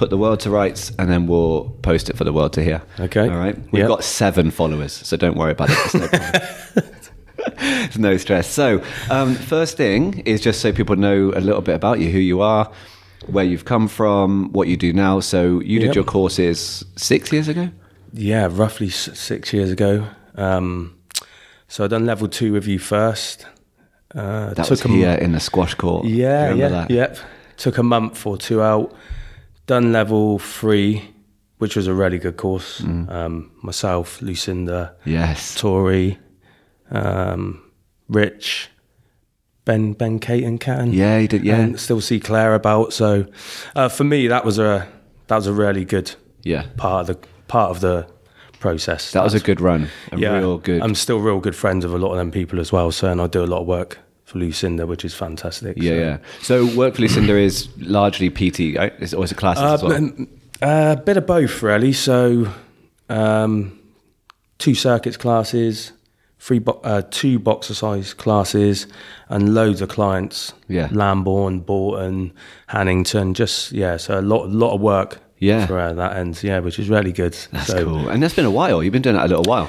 put the world to rights, and then we'll post it for the world to hear. Okay. All right. We've Yep. got seven followers, so don't worry about it. It's no problem. It's no stress. So, um, first thing is just so people know a little bit about you, who you are, where you've come from, what you do now. So, you Yep. did your courses six years ago. Yeah, roughly s- six years ago. Um, so I done level two with you first. Uh, That was a m- here in the squash court. You Yeah, remember yeah, that? yep. Took a month or two out. Done level three, which was a really good course. Mm. Um, myself, Lucinda, Yes. Tori, um, Rich, Ben, Ben, Kate, and Catton. Yeah, you did. Yeah. and still see Claire about. So uh, for me, that was a that was a really good yeah. part of the part of the process. That was a good run. A real good. I'm still real good friends with a lot of them people as well. So and I do a lot of work for Lucinda, which is fantastic. Yeah, so. yeah. So work for Lucinda is largely PT. right? It's always a classes Uh, as well. uh, a bit of both, really. So, um, two circuits classes, three bo- uh, two boxer size classes, and loads of clients. Yeah. Lambourne, Borton, Hannington. Just yeah, so a lot, lot of work. Yeah. for uh, that end. Yeah, which is really good. That's so, cool. And that's been a while. You've been doing that a little while.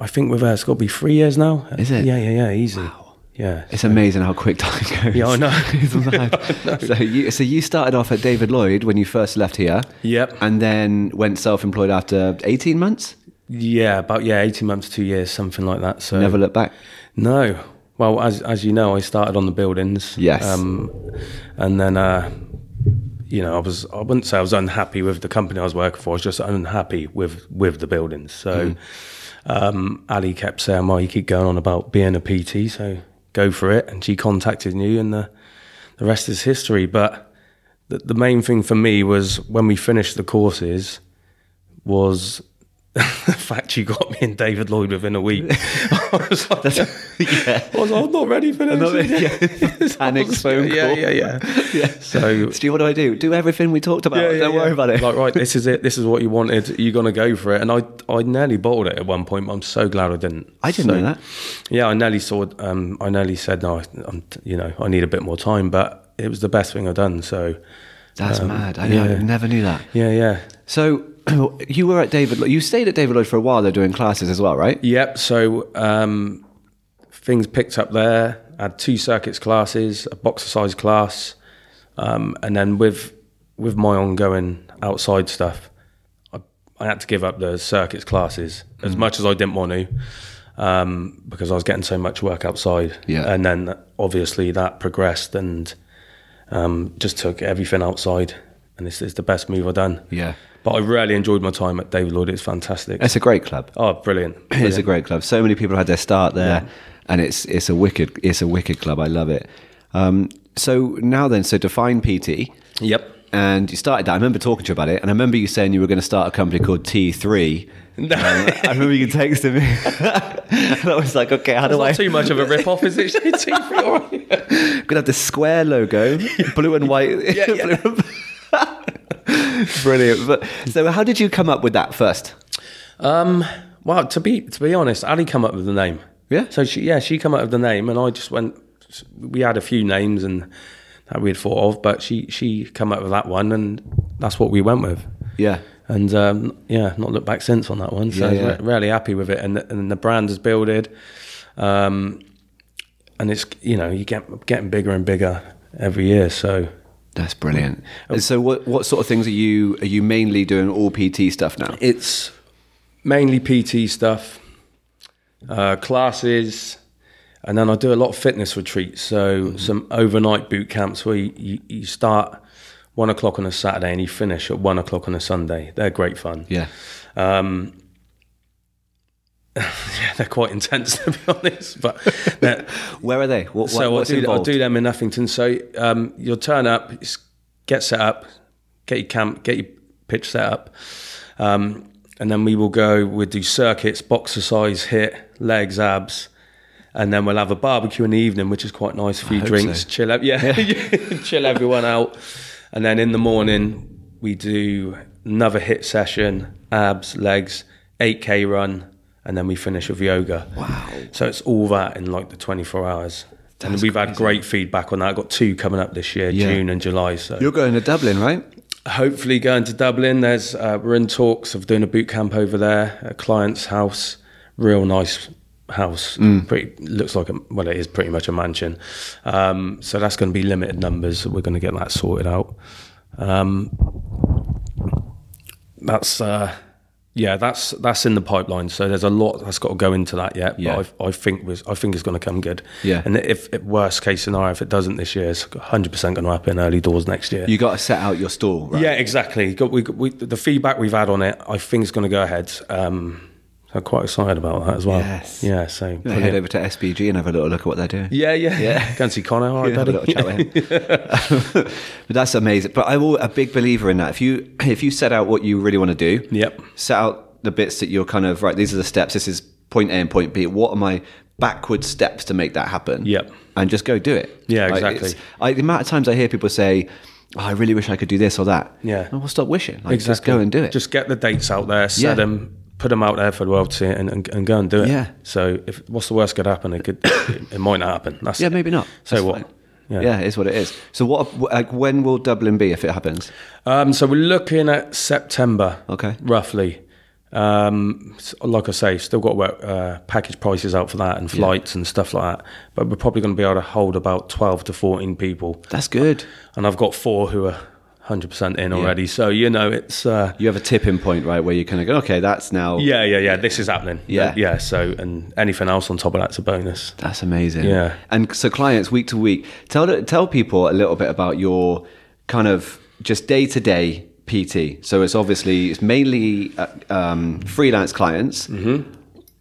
I think with her, it's got to be three years now. Is it? Yeah, yeah, yeah. Easy. Wow. Yeah. It's amazing how quick time goes. Yeah, I know. it's mad. So you, so you started off at David Lloyd when you first left here. Yep. And then went self-employed after 18 months. Yeah, about yeah, eighteen months, two years, something like that. So Never looked back. No. Well, as as you know, I started on the buildings. Yes. Um, and then, uh, you know, I was I wouldn't say I was unhappy with the company I was working for. I was just unhappy with with the buildings. So, um, Ali kept saying, "Well, you keep going on about being a PT, so go for it." And she contacted you, and the the rest is history. But the, the main thing for me was when we finished the courses was. the fact you got me and David Lloyd within a week. I was like, yeah. I was like, I'm not ready for not this. ready. Yeah. Panic phone yeah, call. Yeah, yeah, Yeah. So- Stu, what do I do? Do everything we talked about. Yeah, yeah, Don't worry yeah. about it. Like, right, this is it. This is what you wanted. You're gonna go for it. And I, I nearly bottled it at one point. But I'm so glad I didn't. I didn't So- know that. Yeah, I nearly saw. Um, I nearly said no. I- I'm, you know, I need a bit more time. But it was the best thing I've done. So, That's mad. I, I um, yeah. never knew that. yeah, yeah. So you were at David. Lloyd- You stayed at David Lloyd for a while. They're doing classes as well, right? Yep. So um, things picked up there. Had two circuits classes, a boxer size class, um, and then with with my ongoing outside stuff, I, I had to give up the circuits classes Mm. as much as I didn't want to um, because I was getting so much work outside. Yeah. And then obviously that progressed and um, just took everything outside. And this is the best move I've done. Yeah. But I really enjoyed my time at David Lloyd. It's fantastic. It's a great club. oh, brilliant. It's a great club. So many people had their start there, and it's it's a wicked it's a wicked club. I love it. Um, so now then, so define PT, Yep. and you started that. I remember talking to you about it, and I remember you saying you were going to start a company called T Three. No. I remember you texted me, and I was like, okay, how do I? Not too much of a rip off, is it? TV, all right. We're gonna have the square logo, blue and white. Yeah, yeah. blue and- Brilliant. But so, how did you come up with that first? Um, well, to be to be honest, Ali come up with the name. Yeah? So she yeah she come up with the name, and I just went. We had a few names and that we had thought of, but she she come up with that one, and that's what we went with. Yeah. And um, yeah, not looked back since on that one. So Yeah, yeah. re- really happy with it, and and the brand is builded, um, and it's you know you get getting bigger and bigger every year. So That's brilliant. Oh. And so, what what sort of things are you are you mainly doing? All PT stuff now. it's mainly PT stuff, uh, classes, and then I do a lot of fitness retreats. So some overnight boot camps where you, you, you start one o'clock on a Saturday and you finish at one o'clock on a Sunday. They're great fun. Yeah. Yeah, they're quite intense to be honest, but they're- Where are they? What, so I'll what's do, I'll involved? do them in Uffington. So um, you'll turn up, s- get set up, get your camp, get your pitch set up, um, and then we will go. We'll do circuits, boxer size, hit, legs, abs, and then we'll have a barbecue in the evening, which is quite nice. A few hope drinks, so. chill out, yeah, chill everyone out, and then in the morning we do another hit session, abs, legs, 8k run. And then we finish with yoga. Wow. So it's all that in like the 24 hours. and That's we've had great feedback on that. I've got two coming up this year, Yeah. June and July. So You're going to Dublin, right? hopefully going to Dublin. There's uh, we're in talks of doing a boot camp over there, a client's house, real nice house. Mm. Pretty looks like a well, it is pretty much a mansion. Um, so that's going to be limited numbers. We're going to get that sorted out. Um, that's uh, yeah, that's that's in the pipeline. So there's a lot that's got to go into that yet. Yeah. But i I think was I think it's going to come good. Yeah. And if, if worst case scenario, if it doesn't this year, it's 100 percent going to happen early doors next year. You got to set out your stall, right? Yeah, exactly. Got, we, we, the feedback we've had on it, I think is going to go ahead. Um, so quite excited about that as well. Yes. Yeah. So You know, head brilliant. over to SBG and have a little look at what they're doing. Yeah, yeah, Yeah. Go and see Connor. All right, Yeah, have a buddy. little chat with him. but that's amazing. But I'm al- a big believer in that. If you if you set out what you really want to do, Yep. set out the bits that you're kind of right. These are the steps. This is point A and point B. What are my backward steps to make that happen? Yep. and just go do it. Yeah, Like, exactly. it's- I, the amount of times I hear people say, oh, "I really wish I could do this or that." Yeah. well, stop wishing. Like, Just go and do it. Just get the dates out there, set Yeah. them, put them out there for the world to see, and, and, and go and do it. Yeah. So if what's the worst could happen? It could. it might not happen. That's yeah, maybe not. So That's what? fine. Yeah. it is what it is. So what? Like, when will Dublin be if it happens? Um, so we're looking at September. Okay. Roughly. Um, s- like I say, still got to work uh, package prices out for that and flights and stuff like that. But we're probably going to be able to hold about 12 to 14 people. That's good. And I've got four who are 100% in already. So, you know, it's. Uh, You have a tipping point, right, where you kind of go, okay, that's now. yeah, yeah, yeah. This is happening. Yeah. Yeah. So, and anything else on top of that's a bonus. That's amazing. Yeah. And so clients week to week, tell tell people a little bit about your kind of just day to day PT. So it's obviously it's mainly uh, um, freelance clients, Mm-hmm.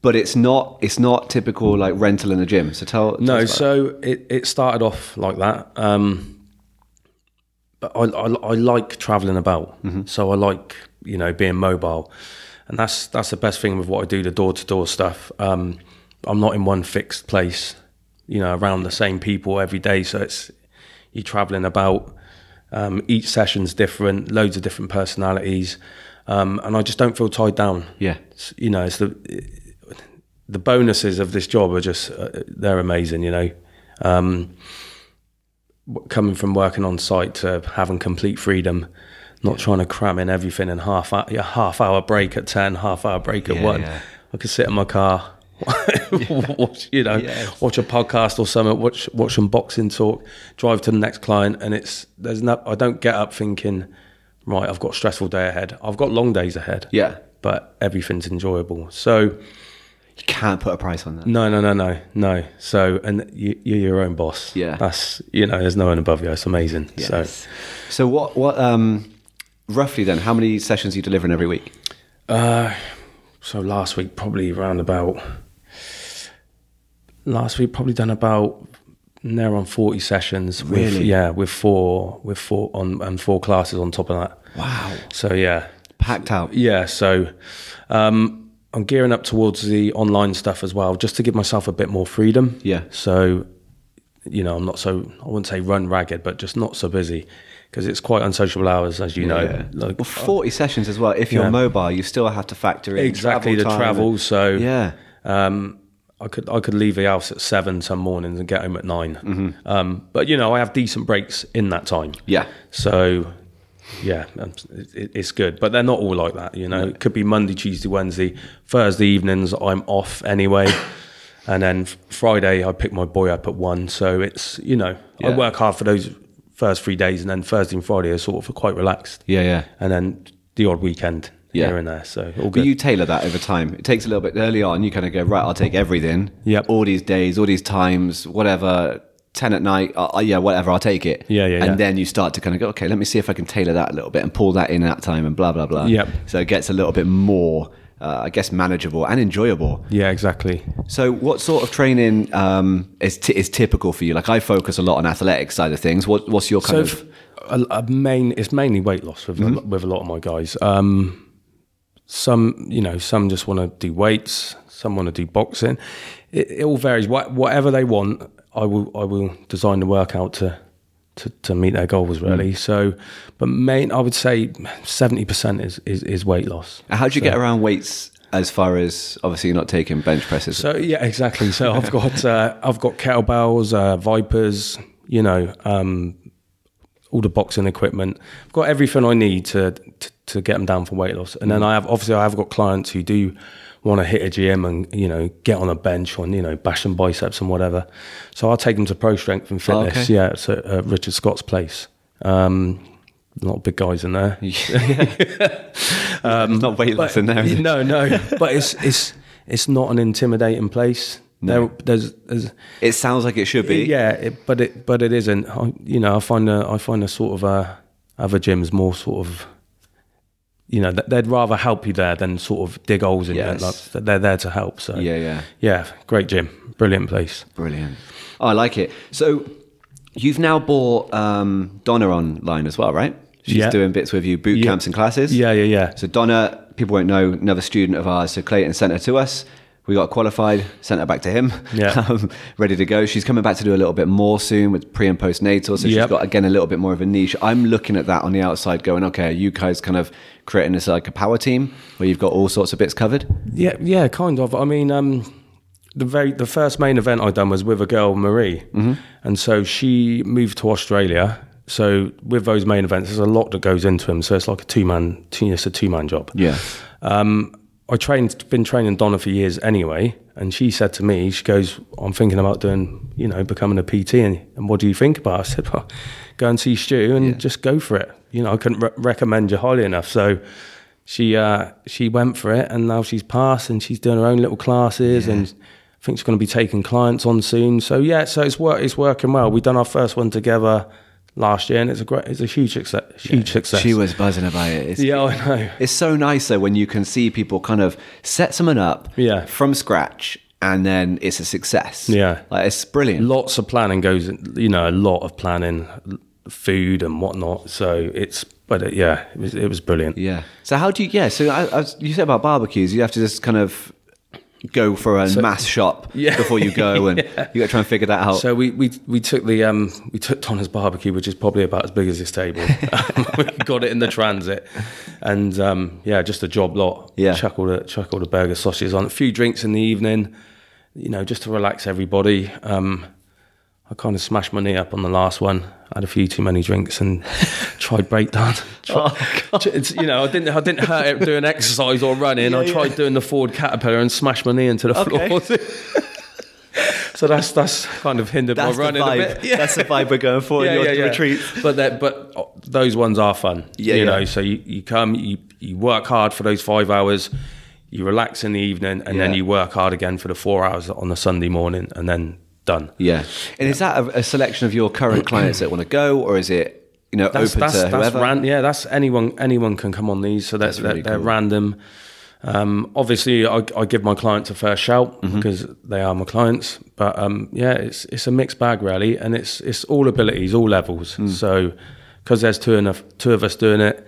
but it's not it's not typical like rental in a gym. So tell, tell No, us about so it, it started off like that. Um, but I, I, I like traveling about, so I like you know being mobile, and that's that's the best thing with what I do the door to door stuff. Um, I'm not in one fixed place, you know, around the same people every day. So it's you're traveling about. Um, each session's different, loads of different personalities, um, and I just don't feel tied down. Yeah. It's- you know, it's the the bonuses of this job are just uh, they're amazing you know um, w- coming from working on site to having complete freedom not trying to cram in everything in half hou- yeah, half hour break at 10 half hour break at Yeah, 1 yeah. i could sit in my car watch, you know Yes. watch a podcast or something watch watch some boxing talk drive to the next client and it's there's no i don't get up thinking right i've got a stressful day ahead i've got long days ahead Yeah. but everything's enjoyable so you can't put a price on that. no, no, no, no, no. So, and you, you're your own boss. Yeah. That's, you know, there's no one above you. It's amazing. So, Yes. So what what um roughly then how many sessions are you delivering every week? uh, so last week, probably around about, last week, probably done about near on 40 sessions. With, Really? yeah. With four, with four on, and four classes on top of that. Wow. So, yeah. Packed out. Yeah. So, um, I'm gearing up towards the online stuff as well, just to give myself a bit more freedom. Yeah. So, you know, I'm not so, I wouldn't say run ragged, but just not so busy because it's quite unsociable hours, as you know. Like, uh, well, 40 sessions as well. If you're Yeah. mobile, you still have to factor in exactly the time travel. and- So, yeah. Um, I could I could leave the house at seven some mornings and get home at 9 Mm-hmm. Um, but you know I have decent breaks in that time. Yeah. So, yeah, um, it, it's good. But they're not all like that, you know. It could be Monday, Tuesday, Wednesday, Thursday evenings. I'm off anyway, and then f- Friday I pick my boy up at one. So it's you know I Yeah. work hard for those first three days, and then Thursday and Friday are sort of quite relaxed, Yeah, yeah. and then the odd weekend Yeah. here and there. So all But good. you tailor that over time. It takes a little bit early on. You kind of go right. I'll take everything. Yep. All these days, all these times, whatever. Ten at night. Uh, uh, yeah, whatever. I'll take it. Yeah, yeah, And yeah. then you start to kind of go. Okay, let me see if I can tailor that a little bit and pull that in at that time and blah blah blah. Yep. So it gets a little bit more, uh, I guess, manageable and enjoyable. yeah, exactly. So, what sort of training um, is t- is typical for you? Like, I focus a lot on athletic side of things. What, what's your kind of Mm-hmm. a, a main it's mainly weight loss with a, with a lot of my guys. Um, some you know some just want to do weights, some want to do boxing. It, it all varies. What, whatever they want, I will I will design the workout to to, to meet their goals Mm. really. So, but main I would say seventy percent is, is is weight loss. how do you get around weights? As far as obviously you're not taking bench presses. So yeah, exactly. So I've got uh, I've got kettlebells, uh, vipers, you know, um, all the boxing equipment. I've got everything I need to to, to get them down for weight loss. Mm. And then I have obviously I have got clients who do want to hit a gym and you know get on a bench and you know bash some biceps and whatever. So I'll take them to Pro Strength and Fitness. Oh, Okay. Yeah, it's at uh, Richard Scott's place. Um, a lot of big guys in there. There's not weight loss in there. is it? No, no. But it's it's it's not an intimidating place. There, there's, there's It sounds like it should be. yeah, it, but it but it isn't. I, you know, I find the I find the sort of uh, other gyms more sort of. You know, th- they'd rather help you there than sort of dig holes in Yes. you. Like, th- they're there to help. So Yeah, yeah. yeah, great gym, brilliant place. Brilliant. Oh, I like it. So you've now bought um, Donna online as well, right? She's Yeah. doing bits with you, boot camps and classes. Yeah, yeah, yeah. So Donna, people won't know, another student of ours. So Clayton sent her to us. We got qualified, sent her back to him, Yeah. um, ready to go. She's coming back to do a little bit more soon with pre and postnatal. So she's Yep. got, again, a little bit more of a niche. I'm looking at that on the outside going, okay, are you guys kind of creating this like a power team where you've got all sorts of bits covered? Yeah, yeah, kind of. I mean, um, the very the first main event I done was with a girl, Marie, Mm-hmm. and so she moved to Australia. So with those main events, there's a lot that goes into them. So it's like a two man, two, it's a two man job. Yeah. Um, I trained, been training Donna for years anyway, and she said to me, she goes, "I'm thinking about doing, you know, becoming a PT, and, and what do you think about?" it? I said, "Well, go and see Stu and just go for it." You know, I couldn't re- recommend you highly enough, so she uh, she went for it, and now she's passed, and she's doing her own little classes, and I think she's going to be taking clients on soon. So yeah, so it's work, it's working well. We done our first one together last year, and it's a great, it's a huge success, huge success. She was buzzing about it. It's- yeah, I know. It's so nice though when you can see people kind of set someone up Yeah. from scratch and then it's a success. Yeah. Like it's brilliant. lots of planning goes in- you know a lot of planning food and whatnot so it's but it, yeah it was, it was brilliant yeah. So how do you yeah, so I, I was- you said about barbecues, you have to just kind of go for a mass shop Yeah. before you go and you gotta try and figure that out. so we, we we took the um we took Donna's barbecue which is probably about as big as this table we got it in the transit and um yeah just a job lot Yeah. chuck all the chuck all the burger sausages on a few drinks in the evening you know just to relax everybody um I kind of smashed my knee up on the last one. I had a few too many drinks and tried breakdown. Tried, it's, you know, I didn't, I didn't hurt it doing exercise or running. I tried doing the Ford Caterpillar and smashed my knee into the floor. so that's that's kind of hindered that's my the running a vibe. bit. Yeah. That's the vibe we're going for in your retreat. But that, but uh, those ones are fun. Yeah, you yeah. know. So you, you come, you you work hard for those five hours, you relax in the evening, and then Yeah. you work hard again for the four hours on the Sunday morning, and then done. Yeah. And is that a, a selection of your current clients that want to go or is it you know, open to whoever? That's ran- yeah, that's anyone. Anyone can come on these, so that's, That's really they're, they're cool. random. Um, obviously, I, I give my clients a fair shout Mm-hmm. because they are my clients. But um, yeah, it's it's a mixed bag really, and it's it's all abilities, all levels. Mm. So because there's two enough two of us doing it.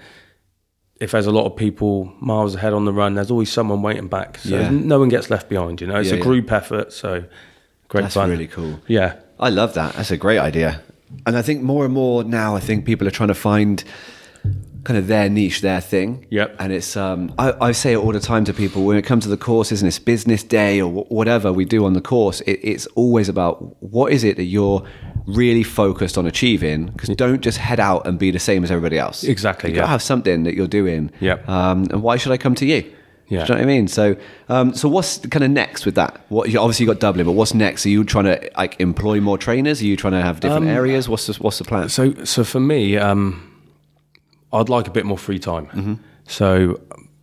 If there's a lot of people miles ahead on the run, there's always someone waiting back. So Yeah. no one gets left behind. You know, it's Yeah, a yeah. group effort. So great That's fun. really cool. Yeah. I love that. That's a great idea. And I think more and more now, I think people are trying to find kind of their niche, their thing. Yep. And it's, um, I, I say it all the time to people when it comes to the courses and it's business day or wh- whatever we do on the course, it, it's always about what is it that you're really focused on achieving? Because don't just head out and be the same as everybody else. Exactly, You've got to yeah. have something that you're doing. Yep. Um, and why should I come to you? Yeah. Do you know what I mean? So, um, so what's kind of next with that? What you obviously you got Dublin, but what's next? Are you trying to like employ more trainers? Are you trying to have different areas? What's the, what's the plan? So, so for me, um, I'd like a bit more free time. Mm-hmm. So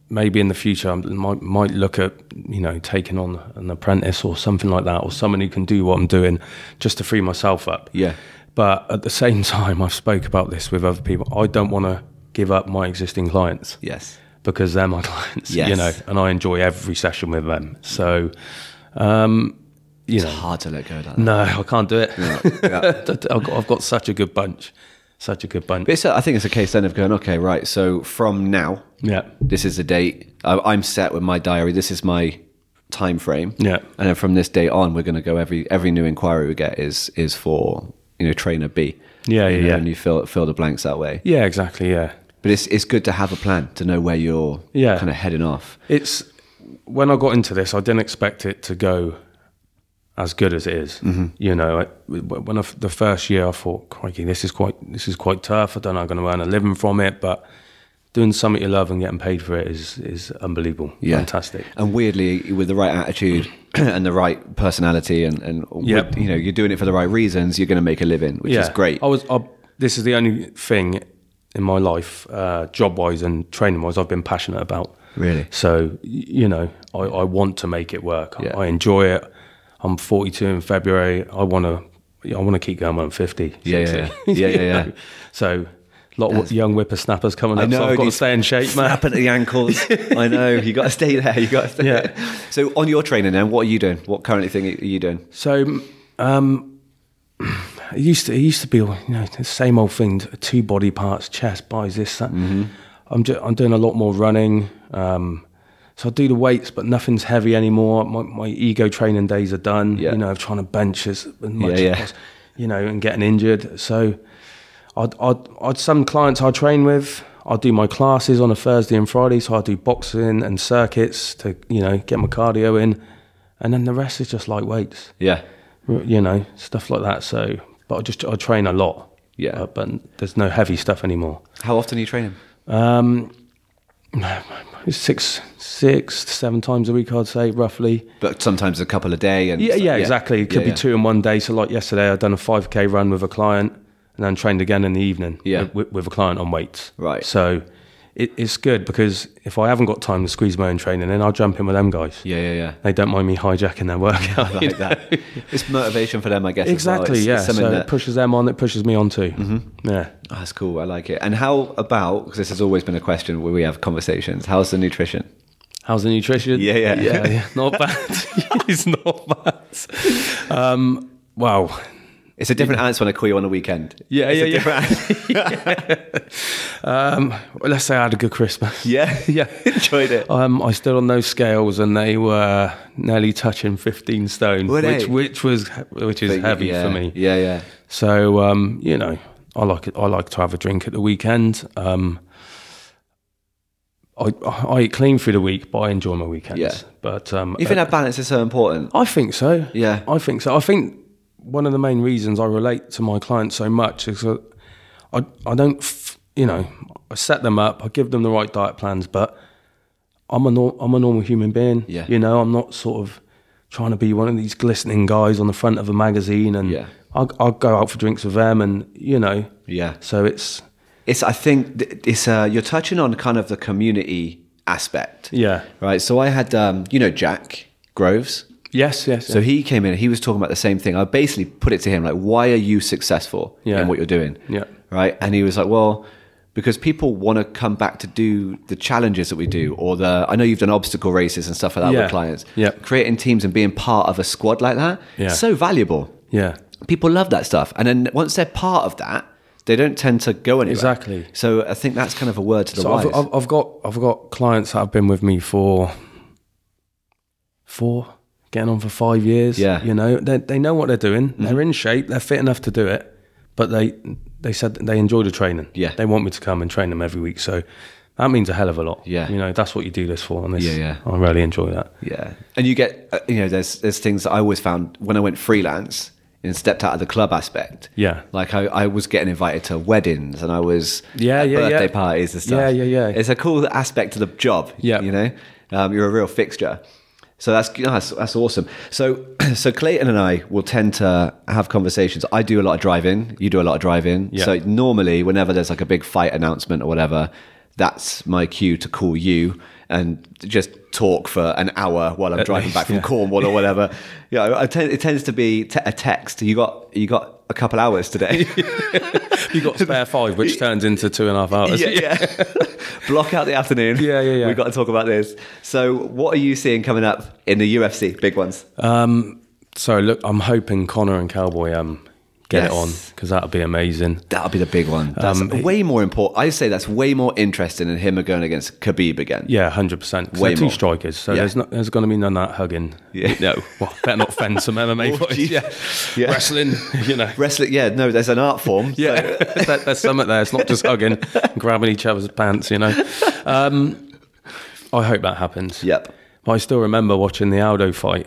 maybe in the future, I might might look at you know taking on an apprentice or something like that, or someone who can do what I'm doing, just to free myself up. Yeah. But at the same time, I've spoke about this with other people. I don't want to give up my existing clients Yes. because they're my clients, you Yes. know, and I enjoy every session with them. So, um, you know, Hard to let go of that. no, I can't do it. yeah. I've, got, I've got such a good bunch, such a good bunch. But it's, I think it's a case then of going, okay, right. So from now, Yeah. this is the date. I, I'm set with my diary. This is my time frame. Yeah. And then from this date on, we're going to go every every new inquiry we get is is for you know trainer B. Yeah, You yeah, know, yeah. And you fill fill the blanks that way. Yeah, exactly. Yeah. But it's it's good to have a plan to know where you're Yeah. kind of heading off. It's when I got into this, I didn't expect it to go as good as it is. Mm-hmm. You know, I, when I f the first year I thought, crikey, this is quite this is quite tough. I don't know, I'm going to earn a living from it, but doing something you love and getting paid for it is is unbelievable. Fantastic. And weirdly, with the right attitude and the right personality, and, and Yep. Oh. with- you know, you're doing it for the right reasons, you're going to make a living, which is great. I was. I, this is the only thing in my life, uh, job wise and training wise, I've been passionate about. Really? So y- you know, I, I want to make it work. Yeah. I enjoy it. I'm 42 in February. I want to. I want to keep going when I'm 50. Yeah, yeah, 60. yeah. Yeah, You yeah, yeah. know? So. A lot of young whippersnappers coming up, so I've got to dude, stay in shape, man. Snap at the ankles. I know. You got to stay there. You got to stay Yeah. there. So on your training then, what are you doing? What currently thing are you doing? So, um, it used to it used to be you know the same old thing: two body parts, chest, buys this that. Mm-hmm. I'm do, I'm doing a lot more running. Um, so I do the weights, but nothing's heavy anymore. My, my ego training days are done. Yeah. You know, of trying to bench as as Yeah, much yeah. as possible. You know, and getting injured. So, I'd, I'd, I'd some clients I train with. I do my classes on a Thursday and Friday, so I do boxing and circuits to you know get my cardio in, and then the rest is just light weights Yeah. you know, stuff like that. So, but I just I train a lot. Yeah. Uh, but there's no heavy stuff anymore. How often are you training? Um, six, six, seven times a week, I'd say roughly. But sometimes a couple a day. And Yeah, stuff. yeah, exactly. It could Yeah, be yeah. two in one day. So, like yesterday, I'd done a 5K run with a client and then trained again in the evening Yeah. with- with, with a client on weights. Right. So, it, it's good because if I haven't got time to squeeze my own training in, I'll jump in with them guys. Yeah, yeah, yeah. They don't mind me hijacking their workout. you Like that. It's motivation for them, I guess. as well. Exactly, It's- yeah. it's something so that- it pushes them on, it pushes me on too. Yeah. Oh, that's cool. I like it. And how about, because this has always been a question where we have conversations, how's the nutrition? How's the nutrition? Yeah, yeah. yeah, yeah. Not bad. it's not bad. Um, wow. It's a different answer when I call you on a weekend. Yeah, It's a yeah, yeah. different answer. Um, well, let's say I had a good Christmas. yeah. Yeah. Enjoyed it. Um, I stood on those scales and they were nearly touching 15 stone, Were they? which which was which is But heavy yeah, for me. Yeah, yeah. So um, you know, I like it. I like to have a drink at the weekend. Um, I I eat clean through the week, but I enjoy my weekends. Yeah. But um, You think that balance is so important? I think so. Yeah. I think so. I think one of the main reasons I relate to my clients so much is that I, I don't, f- you know, I set them up, I give them the right diet plans, but I'm a, nor- I'm a normal human being. Yeah. You know, I'm not sort of trying to be one of these glistening guys on the front of a magazine and Yeah. I'll, I'll go out for drinks with them and, you know. Yeah. So it's, It's, I think, th- it's, uh, you're touching on kind of the community aspect. yeah. Right. So I had, um, you know, Jack Groves. Yes, yes. So he came in, he was talking about the same thing. I basically put it to him, like, why are you successful Yeah. in what you're doing? Yeah. Right. And he was like, well, because people want to come back to do the challenges that we do, or the, I know you've done obstacle races and stuff like that Yeah. with clients. Yeah. Creating teams and being part of a squad like that, Yeah. so valuable. yeah. People love that stuff. And then once they're part of that, they don't tend to go anywhere. Exactly. So I think that's kind of a word to the So wise. I've, I've, I've got I've got clients that have been with me for four, getting on for five years. Yeah. you know they they know what they're doing. They're in shape. They're fit enough to do it. But they they said that they enjoy the training. Yeah. they want me to come and train them every week. So that means a hell of a lot. Yeah. you know that's what you do this for. And this, Yeah, yeah. I really enjoy that. Yeah, and you get uh, you know there's there's things that I always found when I went freelance and stepped out of the club aspect. Yeah. like I, I was getting invited to weddings and I was Yeah, at yeah, yeah. birthday parties and stuff. Yeah, yeah, yeah. It's a cool aspect to the job. Yeah. you know, um, you're a real fixture. So that's, that's that's awesome. So so Clayton and I will tend to have conversations. I do a lot of driving. You do a lot of driving. Yeah. So normally, whenever there's like a big fight announcement or whatever, that's my cue to call you and just talk for an hour while I'm driving least, back from yeah. Cornwall or whatever. yeah, I tend- it tends to be te- a text. You got you got a couple hours today. You got spare five, which turns into two and a half hours. yeah, yeah. Block out the afternoon. Yeah, yeah, yeah. We've got to talk about this. So, what are you seeing coming up in the UFC? Big ones. Um. So look, I'm hoping Connor and Cowboy um get Yes. it on because that'll be amazing. That'll be the big one. That's Um, way more important. I say that's way more interesting than him going against Khabib again. Yeah, hundred percent. Way They're two more. strikers, so Yeah. there's not there's going to be none of that hugging. Yeah. No, well, better not offend some MMA Oh, fighters. geez. Yeah. Yeah. wrestling. You know, Wrestling, yeah, no, there's an art form. yeah. There- there's something there. It's not just hugging, and grabbing each other's pants. You know, um, I hope that happens. Yep. But I still remember watching the Aldo fight,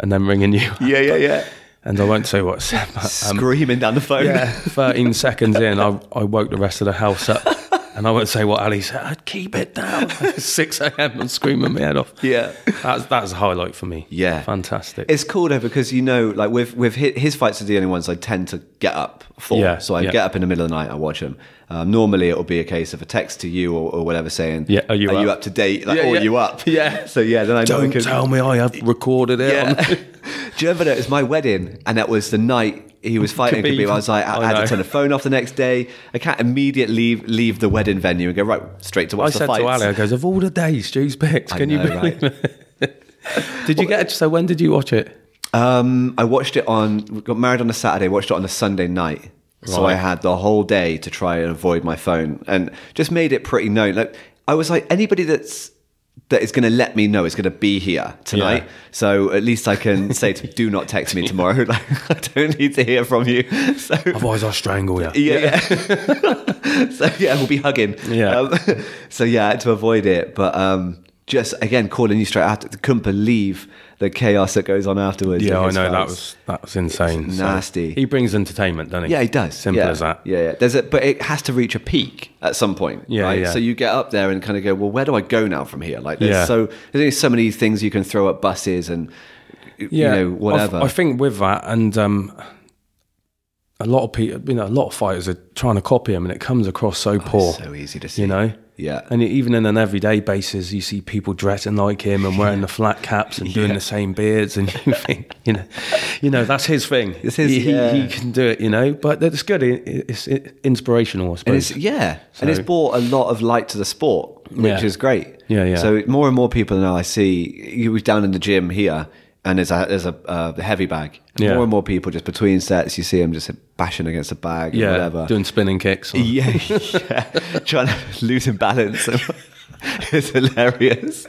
and then ringing you. Yeah, yeah, yeah. And I won't say what I said, but um, Screaming down the phone. yeah, 13 seconds in, I, I woke the rest of the house up. And I won't say what Ali said. I'd keep it down. 6 a.m. I'm screaming my head off. Yeah. That's, that's a highlight for me. Yeah. Fantastic. It's cool though because you know, like with with his, his fights are the only ones I tend to get up for. Yeah, so I yeah. get up in the middle of the night, I watch them. Um, normally it'll be a case of a text to you or, or whatever saying, Yeah, are you up? to date? Like, Yeah, or yeah. you up? Yeah. So yeah, then I know I Don't can- tell me I have recorded it. Yeah. on- Do you remember that it was my wedding and that was the night he was fighting Khabib. Khabib. I was like, I, I had know. to turn the phone off the next day. I can't immediately leave, leave the wedding venue and go right straight to watch I the said fights. to Ali, I goes, of all the days Stu's picked, can you know, believe it? did you get it? So when did you watch it? Um, I watched it on got married on a Saturday, watched it on a Sunday night. So Right. I had the whole day to try and avoid my phone and just made it pretty known. Like I was like anybody that's that is going to let me know is going to be here tonight. Yeah. So at least I can say to do not text me tomorrow. Like I don't need to hear from you. So Otherwise I'll strangle you. yeah. yeah. so yeah, we'll be hugging. Yeah. Um, so yeah, I had to avoid it, but um, just again calling you straight after. Couldn't believe the chaos that goes on afterwards. Yeah, in I his know that fights. was that was insane. So nasty. he brings entertainment, doesn't he? Yeah, he does. Simple Yeah. as that. Yeah, yeah. There's a, but it has to reach a peak at some point. Yeah, right? yeah. So you get up there and kind of go, well, where do I go now from here? Like, there's Yeah. so there's only so many things you can throw at buses and Yeah, you know I- whatever. I, think with that, and um, a lot of people, you know, a lot of fighters are trying to copy him, and it comes across so poor. Oh, so easy to see. Oh, you know. Yeah. And even in an everyday basis, you see people dressing like him and wearing the flat caps and doing the same beards, and you think, you know, you know that's his thing. It's his- he, he- yeah. he can do it, you know. But that's good. It- it- It's inspirational, I And suppose. it's yeah, and it's brought a lot of light to the sport, which Yeah. is great. Yeah, yeah. So more and more people now I see. You was down in the gym here, and there's a there's a uh, the heavy bag. And Yeah. More and more people just between sets, you see them just bashing against a bag, and yeah, whatever. doing spinning kicks. or- yeah, yeah. trying to lose in balance. it's hilarious,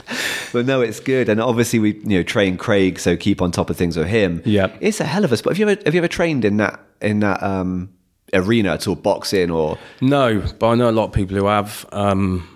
but no, it's good. And obviously, we you know train Craig, so keep on top of things with him. Yeah. it's a hell of a sport. Have you ever have you ever trained in that in that um, arena at all, boxing or? No, but I know a lot of people who have. Um,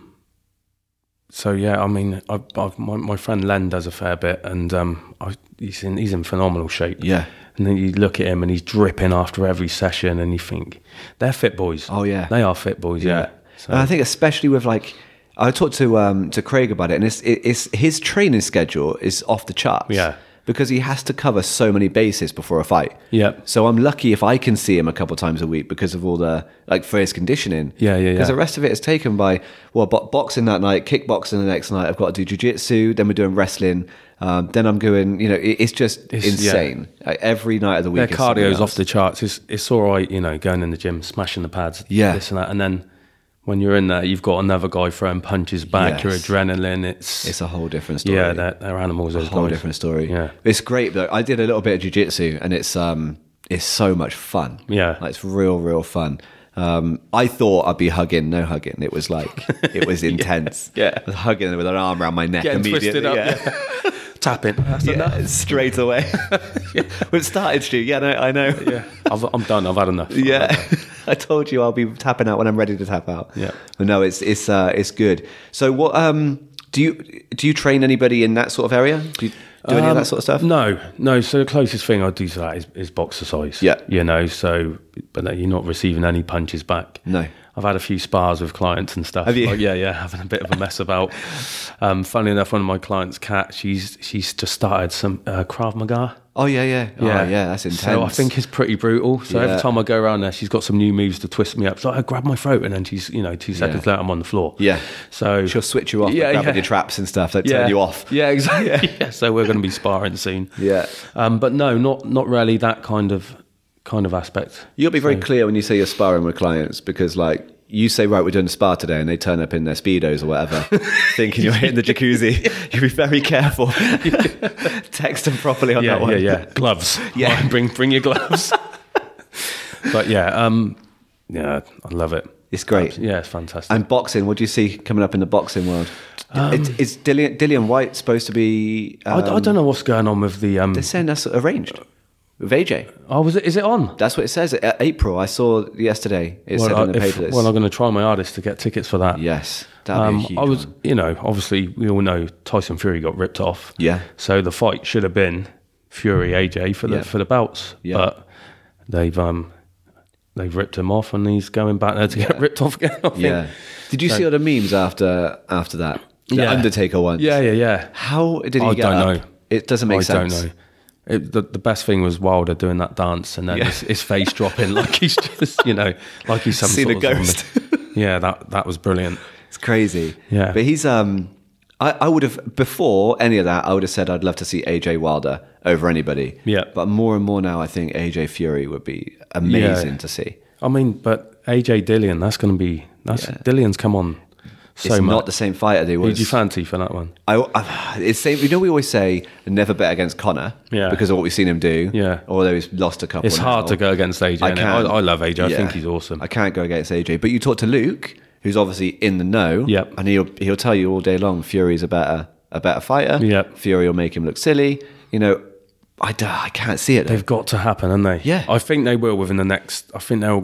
so yeah, I mean, I, I've, my, my friend Len does a fair bit, and um, I, he's in he's in phenomenal shape. Yeah. and then you look at him, and he's dripping after every session, and you think they're fit boys. Oh, yeah. they are fit boys. Yeah, So, And I think especially with like, I talked to um, to Craig about it, and it's it, it's his training schedule is off the charts. Yeah. Because he has to cover so many bases before a fight. Yeah. So I'm lucky if I can see him a couple times a week because of all the like for his conditioning. Yeah, yeah, Because yeah. the rest of it is taken by well, bo- boxing that night, kickboxing the next night. I've got to do jujitsu. Then we're doing wrestling. Um, then I'm doing. You know, it, it's just It's- yeah. insane. Like, every night of the their week. is something cardio's off else. the charts. It's it's all right, you know, going in the gym, smashing the pads, Yeah. this and that, and then. When you're in there, you've got another guy throwing punches back. Your Yes. adrenaline, it's, It's a whole different story. yeah, they're, they're animals. those a whole guys. different story. Yeah, it's great though. I did a little bit of jujitsu, and it's um, it's so much fun. Yeah. like, it's real, real fun. Um, I thought I'd be hugging, no hugging. It was like it was intense. yeah. I was hugging with an arm around my neck getting immediately. twisted up, yeah. yeah. tapping. That's Yeah, enough. straight away. Well, it started, Stu. Yeah, no, I know. Yeah, I've, I'm done. I've had enough. Yeah, I told you I'll be tapping out when I'm ready to tap out. Yeah. but no, it's it's uh, it's good. So what um do you do you train anybody in that sort of area? Do you do any of that sort of stuff? Um, No, no. So the closest thing I do to that is, is boxer size. Yeah. you know. So, but no, you're not receiving any punches back. No. I've had a few spars with clients and stuff. Have you? Like, yeah, yeah, having a bit of a mess about. Um, funnily enough, one of my clients' cat, she's she's just started some uh, Krav Maga. Oh yeah, yeah, yeah, yeah. That's intense. So I think it's pretty brutal. So Yeah. every time I go around there, she's got some new moves to twist me up. So I grab my throat, and then she's you know two seconds later I'm on the floor. Yeah. So she'll switch you off, Yeah, yeah, grabbing yeah. your traps and stuff. They turn you off. Yeah, exactly. Yeah. so we're going to be sparring soon. Yeah. Um, but no, not not really that kind of kind of aspect. You'll be very clear when you say you're sparring with clients because, like, you say, right, we're doing a spar today, and they turn up in their speedos or whatever, thinking you're hitting the jacuzzi. You'll be very careful. Text them properly on Yeah, that one. yeah, yeah. Gloves. Yeah. Right, bring bring your gloves. but yeah, um, yeah, I love it. It's great. Yeah, it's fantastic. And boxing, what do you see coming up in the boxing world? It's is Dillian, Dillian White supposed to be? I, Um, I don't know what's going on with the um. they're saying that's arranged with AJ. Oh, was it? Is it on? That's what it says. Uh, April, I saw yesterday. It said I, on the if- papers. well, I'm going to try my hardest to get tickets for that. Yes, that'd be a Um, huge I was, one. you know, obviously we all know Tyson Fury got ripped off. Yeah. Mm. So the fight should have been Fury AJ for the Yeah. for the belts, Yeah. but they've um they've ripped him off, and he's going back there to get ripped off again. I think. Yeah. Did you see all the memes after after that? The Yeah. Undertaker one. yeah, yeah, yeah. How did he I get don't up? know. It doesn't make I sense. don't know. It, the, the best thing was Wilder doing that dance and then Yeah. his, his face dropping like he's just you know like he's some Seen sort a of ghost. zombie. yeah, that that was brilliant. It's crazy. Yeah. But he's um I, I would have before any of that, I would have said I'd love to see AJ Wilder over anybody. Yeah. But more and more now I think AJ Fury would be amazing to see. I mean, but AJ Dillian, that's going to be that's Dillian's come on so It's not much. the same fighter they Who do you was. fancy for that one? I, I, it's same. You know, we always say never bet against Connor Yeah. because of what we've seen him do. Yeah. although he's lost a couple. It's hard now. to go against AJ. I, I, can't- I love AJ. I yeah. think he's awesome. I can't go against AJ. But you talk to Luke, who's obviously in the know, Yep. and he'll he'll tell you all day long Fury's a better a better fighter. Yep. Fury will make him look silly. You know, I, d- I can't see it. though. They've got to happen, haven't they? Yeah. I think they will within the next. I think they're all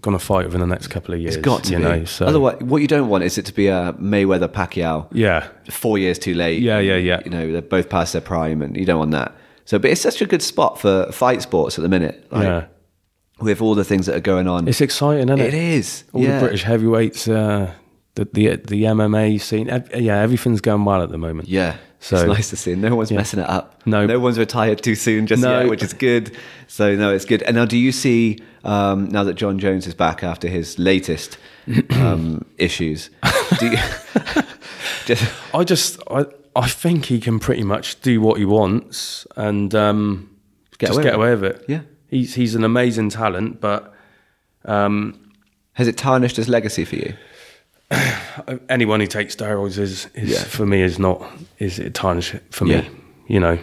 going to fight within the next couple of years. It's got to you be. know. So Otherwise, what you don't want is it to be a Mayweather Pacquiao. yeah, Four years too late. Yeah, yeah, yeah. You know, they're both past their prime, and you don't want that. So, but it's such a good spot for fight sports at the minute. Like, yeah. with all the things that are going on. It's exciting, isn't It it? is. All yeah. the British heavyweights, uh, the, the the MMA scene. ev- yeah, everything's going well at the moment. Yeah. So- it's nice to see. No one's messing it up. No. No one's retired too soon just No. yet, which is good. So, no, it's good. And now, do you see, um, now that John Jones is back after his latest um, issues, do you, just, I just I I think he can pretty much do what he wants and um, Get just away get with it. away with it. Yeah. he's he's an amazing talent, but has it tarnished his legacy for you? anyone who takes steroids is, is Yeah. for me is not is it tarnish for Yeah. me. You know,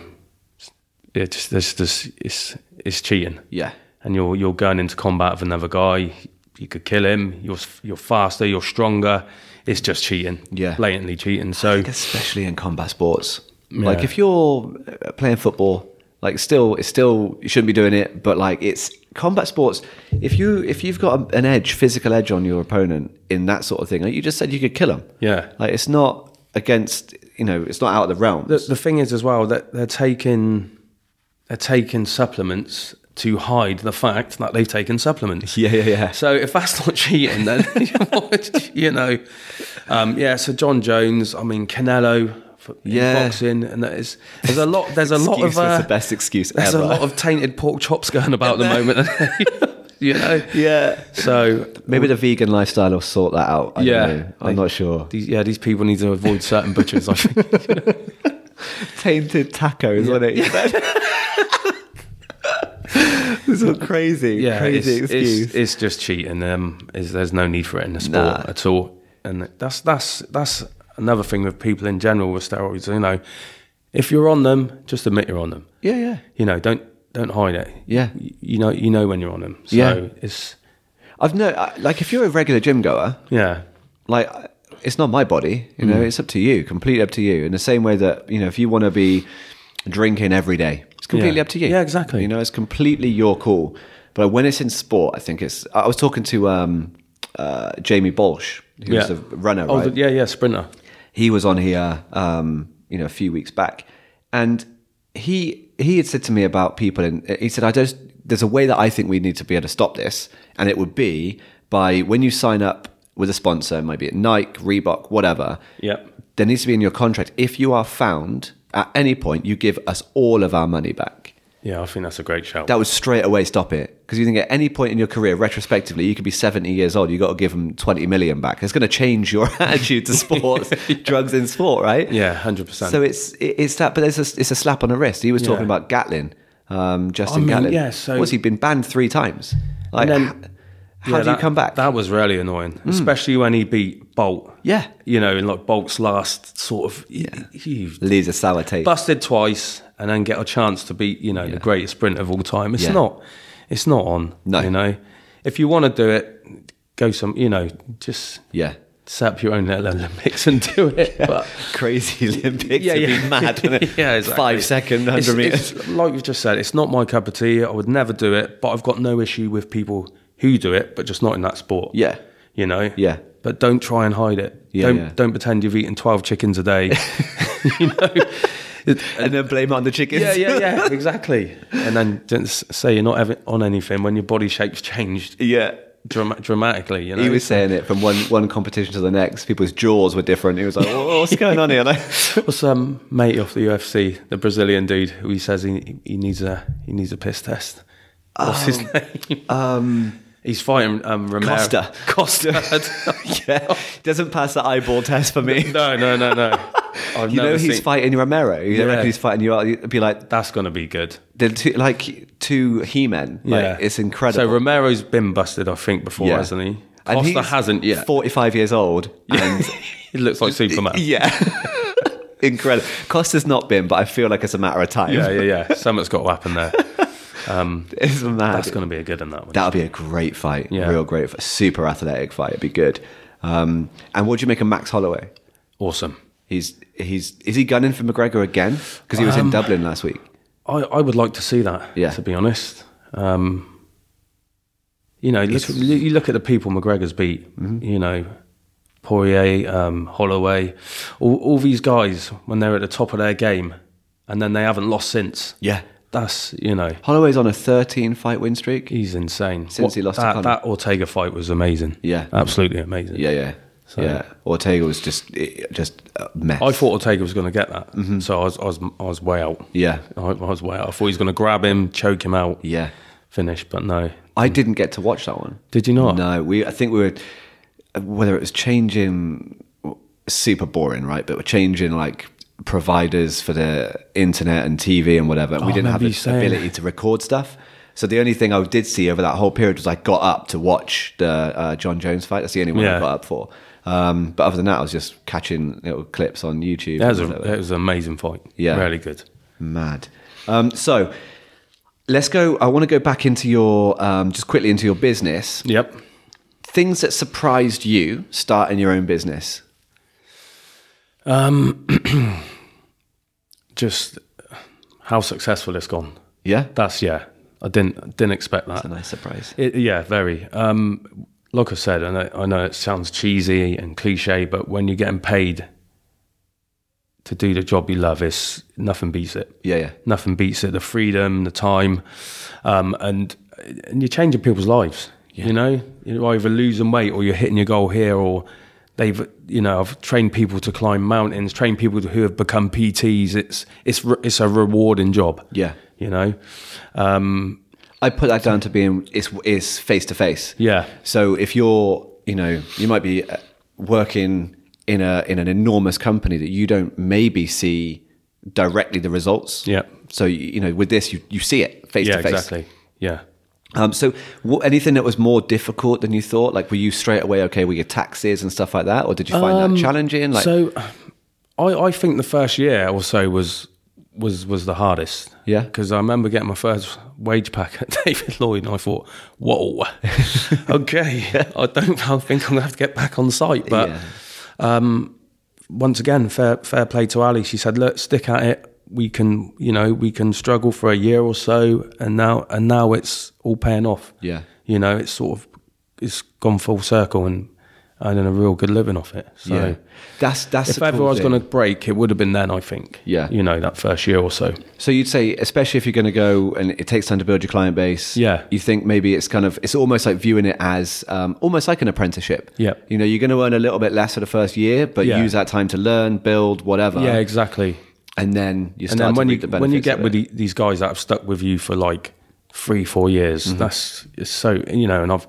it's this this it's it's cheating. Yeah. and you're you're going into combat with another guy. You could kill him. You're you're faster. You're stronger. It's just cheating. Yeah. blatantly cheating. So Like, especially in combat sports. Like Yeah. if you're uh, playing football, like still, it's still you shouldn't be doing it. But like it's combat sports. If you if you've got a, an edge, physical edge on your opponent in that sort of thing, like you just said, you could kill him. Yeah. like it's not against you know, it's not out of the realm. the the thing is as well that they're taking they're taking supplements to hide the fact that they've taken supplements. Yeah, yeah, yeah. So if that's not cheating, then you know, um, yeah. So John Jones, I mean Canelo, for in Yeah. boxing, and that is there's a lot there's a lot Excuse of was uh, the best excuse There's ever. a lot of tainted pork chops going about at the moment. you know, yeah. So Maybe the vegan lifestyle will sort that out. I Yeah. don't know. I'm not sure. these, yeah, these people need to avoid certain butchers. I think. tainted tacos on it. It's all crazy, Yeah, crazy it's, excuse. it's, it's just cheating. Um, is there's no need for it in the sport Nah. at all. And that's that's that's another thing with people in general with steroids. You know, if you're on them, just admit you're on them. yeah, yeah. You know, don't don't hide it. Yeah. Y- you know you know when you're on them. So Yeah. it's I've no I- like if you're a regular gym goer, yeah. like it's not my body, you know, it's up to you, completely up to you. In the same way that you know, if you want to be drinking every day, it's completely Yeah. up to you. Yeah, exactly. You know, it's completely your call. But when it's in sport, I think it's. I was talking to um, uh, Jamie Bolsh, who's yeah. a runner, Oh, right? the- yeah, yeah, sprinter. he was on here um, you know a few weeks back and he he had said to me about people and he said i just there's a way that i think we need to be able to stop this and it would be by when you sign up with a sponsor it might be at nike reebok whatever Yep. there needs to be in your contract if you are found at any point you give us all of our money back Yeah, I think that's a great shout. that would straight away stop it because you think at any point in your career retrospectively you could be 70 years old you got to give them 20 million back it's going to change your attitude to sports drugs in sport right yeah, hundred percent. so it's it- it's that, but there's a, it's a slap on the wrist. He was talking Yeah. about Gatlin, um, Justin I mean, Gatlin. yeah, so- what's he been banned three times? Like, And then- h- how Yeah, do you that- come back? Hmm. That was really annoying, especially when he beat Bolt. Yeah. you know, in like Bolt's last sort of, yeah. leaves a sour taste. busted twice and then get a chance to beat you know the greatest sprint of all time. It's Yeah. not, it's not on. No. you know, if you want to do it, go some. You know, just yeah, set up your own little Olympics and do it. But crazy Olympics. Yeah, Be mad. wouldn't it? yeah, exactly. Five second It's- hundred meters. it's- Like you've just said, it's not my cup of tea. I would never do it, but I've got no issue with people who do it, but just not in that sport. Yeah. you know. Yeah. but don't try and hide it. Yeah, don't yeah. don't pretend you've eaten twelve chickens a day. you know, It- and then blame it on the chickens. yeah, yeah, yeah, exactly. And then don't s- say you're not ever on anything when your body shape's changed yeah. dram- dramatically. You know, He was saying it from one, one competition to the next. People's jaws were different. He was like, "Wha- "What's going on here?" Like, What's um mate off the UFC, the Brazilian dude who he says he he needs a he needs a piss test. What's his name? um, He's fighting um Romero. Costa. Costa. yeah, doesn't pass the eyeball test for me. no, no, no, no. I've you know never he's seen- fighting Romero. You Yeah. reckon he's fighting you? It'd be like That's gonna be good. they're two, like two he-men. Like, it's incredible. So Romero's been busted, I think, before, Yeah. hasn't he? And Costa he's hasn't yet. Forty-five years old. And he looks like Superman. yeah, incredible. Costa's not been, but I feel like it's a matter of time. yeah, yeah, yeah. Something's got to happen there. Um, it's mad. that's going to be a good one. That one. That would be a great fight. Yeah. Real great, fight. super athletic fight. It'd be good. Um, and what do you make of Max Holloway? awesome. He's he's is he gunning for McGregor again? Because he was Um, in Dublin last week. I, I would like to see that. Yeah. To be honest, um, you know, look, you look at the people McGregor's beat. Mm-hmm. You know, Poirier, um, Holloway, all, all these guys when they're at the top of their game, and then they haven't lost since. Yeah. That's you know, Holloway's on a 13 fight win streak. he's insane. Since he lost to that, Conor. that Ortega fight was amazing. Yeah. absolutely amazing. Yeah, yeah, yeah. Ortega was just it- just a mess. I thought Ortega was going to get that, so I was, I was I was way out. Mm-hmm. Yeah. I, I was way out. I thought he was going to grab him, choke him out, yeah. finish, but no. I didn't get to watch that one. Did you not? No, we. I think we were whether it was changing super boring, right? But we're changing like providers for the internet and TV and whatever. And we I didn't have remember the you saying. ability to record stuff. So the only thing I did see over that whole period was I got up to watch the uh, John Jones fight. That's the only one I Yeah. got up for. Um, but other than that, I was just catching little clips on YouTube. That was, a, and whatever. that was an amazing fight. Yeah. Really good. Mad. Um, so let's go. I want to go back into your um, just quickly into your business. Yep. Things that surprised you starting your own business. Just how successful it's gone. Yeah, That's, yeah. I didn't didn't expect that. a nice surprise. It, yeah, very. Um, like I said, I know, I know it sounds cheesy and cliche, but when you're getting paid to do the job you love, it's, nothing beats it. Yeah, yeah, Nothing beats it. The freedom, the time, um, and and you're changing people's lives. You know, you're either losing weight or you're hitting your goal here, or they've you know I've trained people to climb mountains, trained people who have become PTs. It's it's re- it's a rewarding job. yeah. You know, um, I put that down to being it's it's face to face. Yeah. So if you're, you know, you might be uh, working in a in an enormous company that you don't maybe see directly the results. Yeah. So you, you know, with this, you you see it face yeah, to face. exactly. Yeah. Um, so, wha- anything that was more difficult than you thought? Like, were you straight away okay with your taxes and stuff like that, or did you find that challenging? Like, Um, so I, I think the first year or so was was was the hardest. Yeah. Because I remember getting my first wage pack at David Lloyd and I thought, whoa, okay, I don't I think I'm going to have to get back on site. But Yeah. um, once again, fair, fair play to Ali. She said, look, stick at it. We can, you know, we can struggle for a year or so. And now, and now it's all paying off. Yeah. You know, it's sort of, it's gone full circle and earning a real good living off it. So yeah, that's that's. if the ever cool I was thing. going to break, it would have been then, I think. Yeah. Uh-huh. You know, that first year or so. So you'd say, especially if you're going to go and it takes time to build your client base. Yeah. You think maybe it's kind of, it's almost like viewing it as um, almost like an apprenticeship. Yeah. You know, you're going to earn a little bit less for the first year, but Yeah. use that time to learn, build, whatever. yeah, exactly. And then you start And then to when reap you the when you benefits get of with it. the, these guys that have stuck with you for like three, four years, Mm-hmm. that's it's so you know, and I've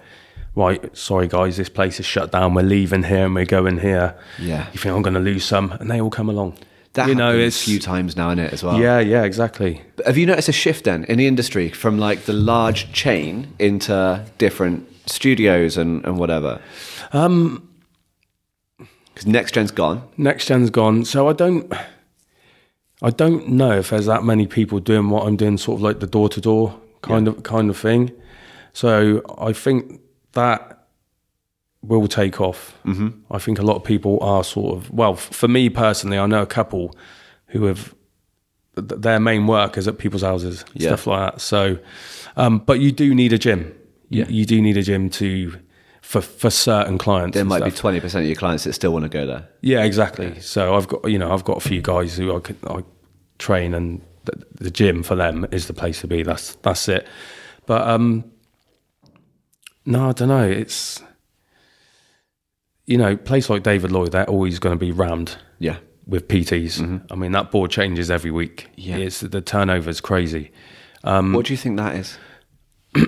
right, sorry guys, this place is shut down. We're leaving here and we're going here. Yeah. You think I'm going to lose some, and they all come along. that you know, happens it's a few times now in it as well. yeah, yeah, exactly. But Have you noticed a shift then in the industry from like the large chain into different studios and, and whatever? Um, Because next gen's gone. next gen's gone, so I don't. I don't know if there's that many people doing what I'm doing, sort of like the door to door kind of kind of thing. So I think that will take off. Mm-hmm. I think a lot of people are sort of well, f- for me personally, I know a couple who have th- their main work is at people's houses, Yeah. stuff like that. So, um, but you do need a gym. You, you do need a gym to for for certain clients. There and might stuff. be 20% of your clients that still want to go there. Yeah, exactly. So I've got you know I've got a few guys who I can I train and the, the gym for them is the place to be. That's that's it. But um, no, I don't know. It's you know, place like David Lloyd, they're always going to be rammed Yeah. with PTs. I mean, that board changes every week. Yeah. It's the turnover's crazy. Hmm. what do you think that is?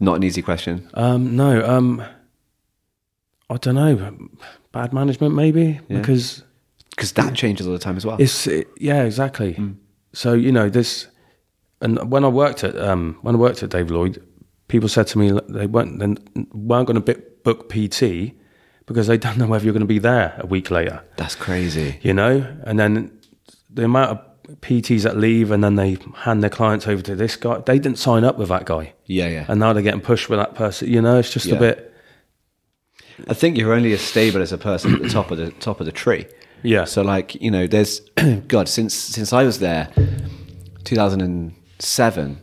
Not an easy question. Um, no, um, I don't know. Bad management, maybe because Because that changes all the time as well. it's it, yeah, exactly. Mm. So you know this, and when I worked at um, when I worked at Dave Lloyd, people said to me like, they weren't they weren't going to book PT because they don't know whether you're going to be there a week later. That's crazy. you know and then the amount of pts that leave and then they hand their clients over to this guy they didn't sign up with that guy Yeah, yeah. and now they're getting pushed with that person you know it's just Yeah. a bit I think you're only as stable as a person at the top of the top of the tree. Yeah. So like you know, there's God since since I was there, 2007.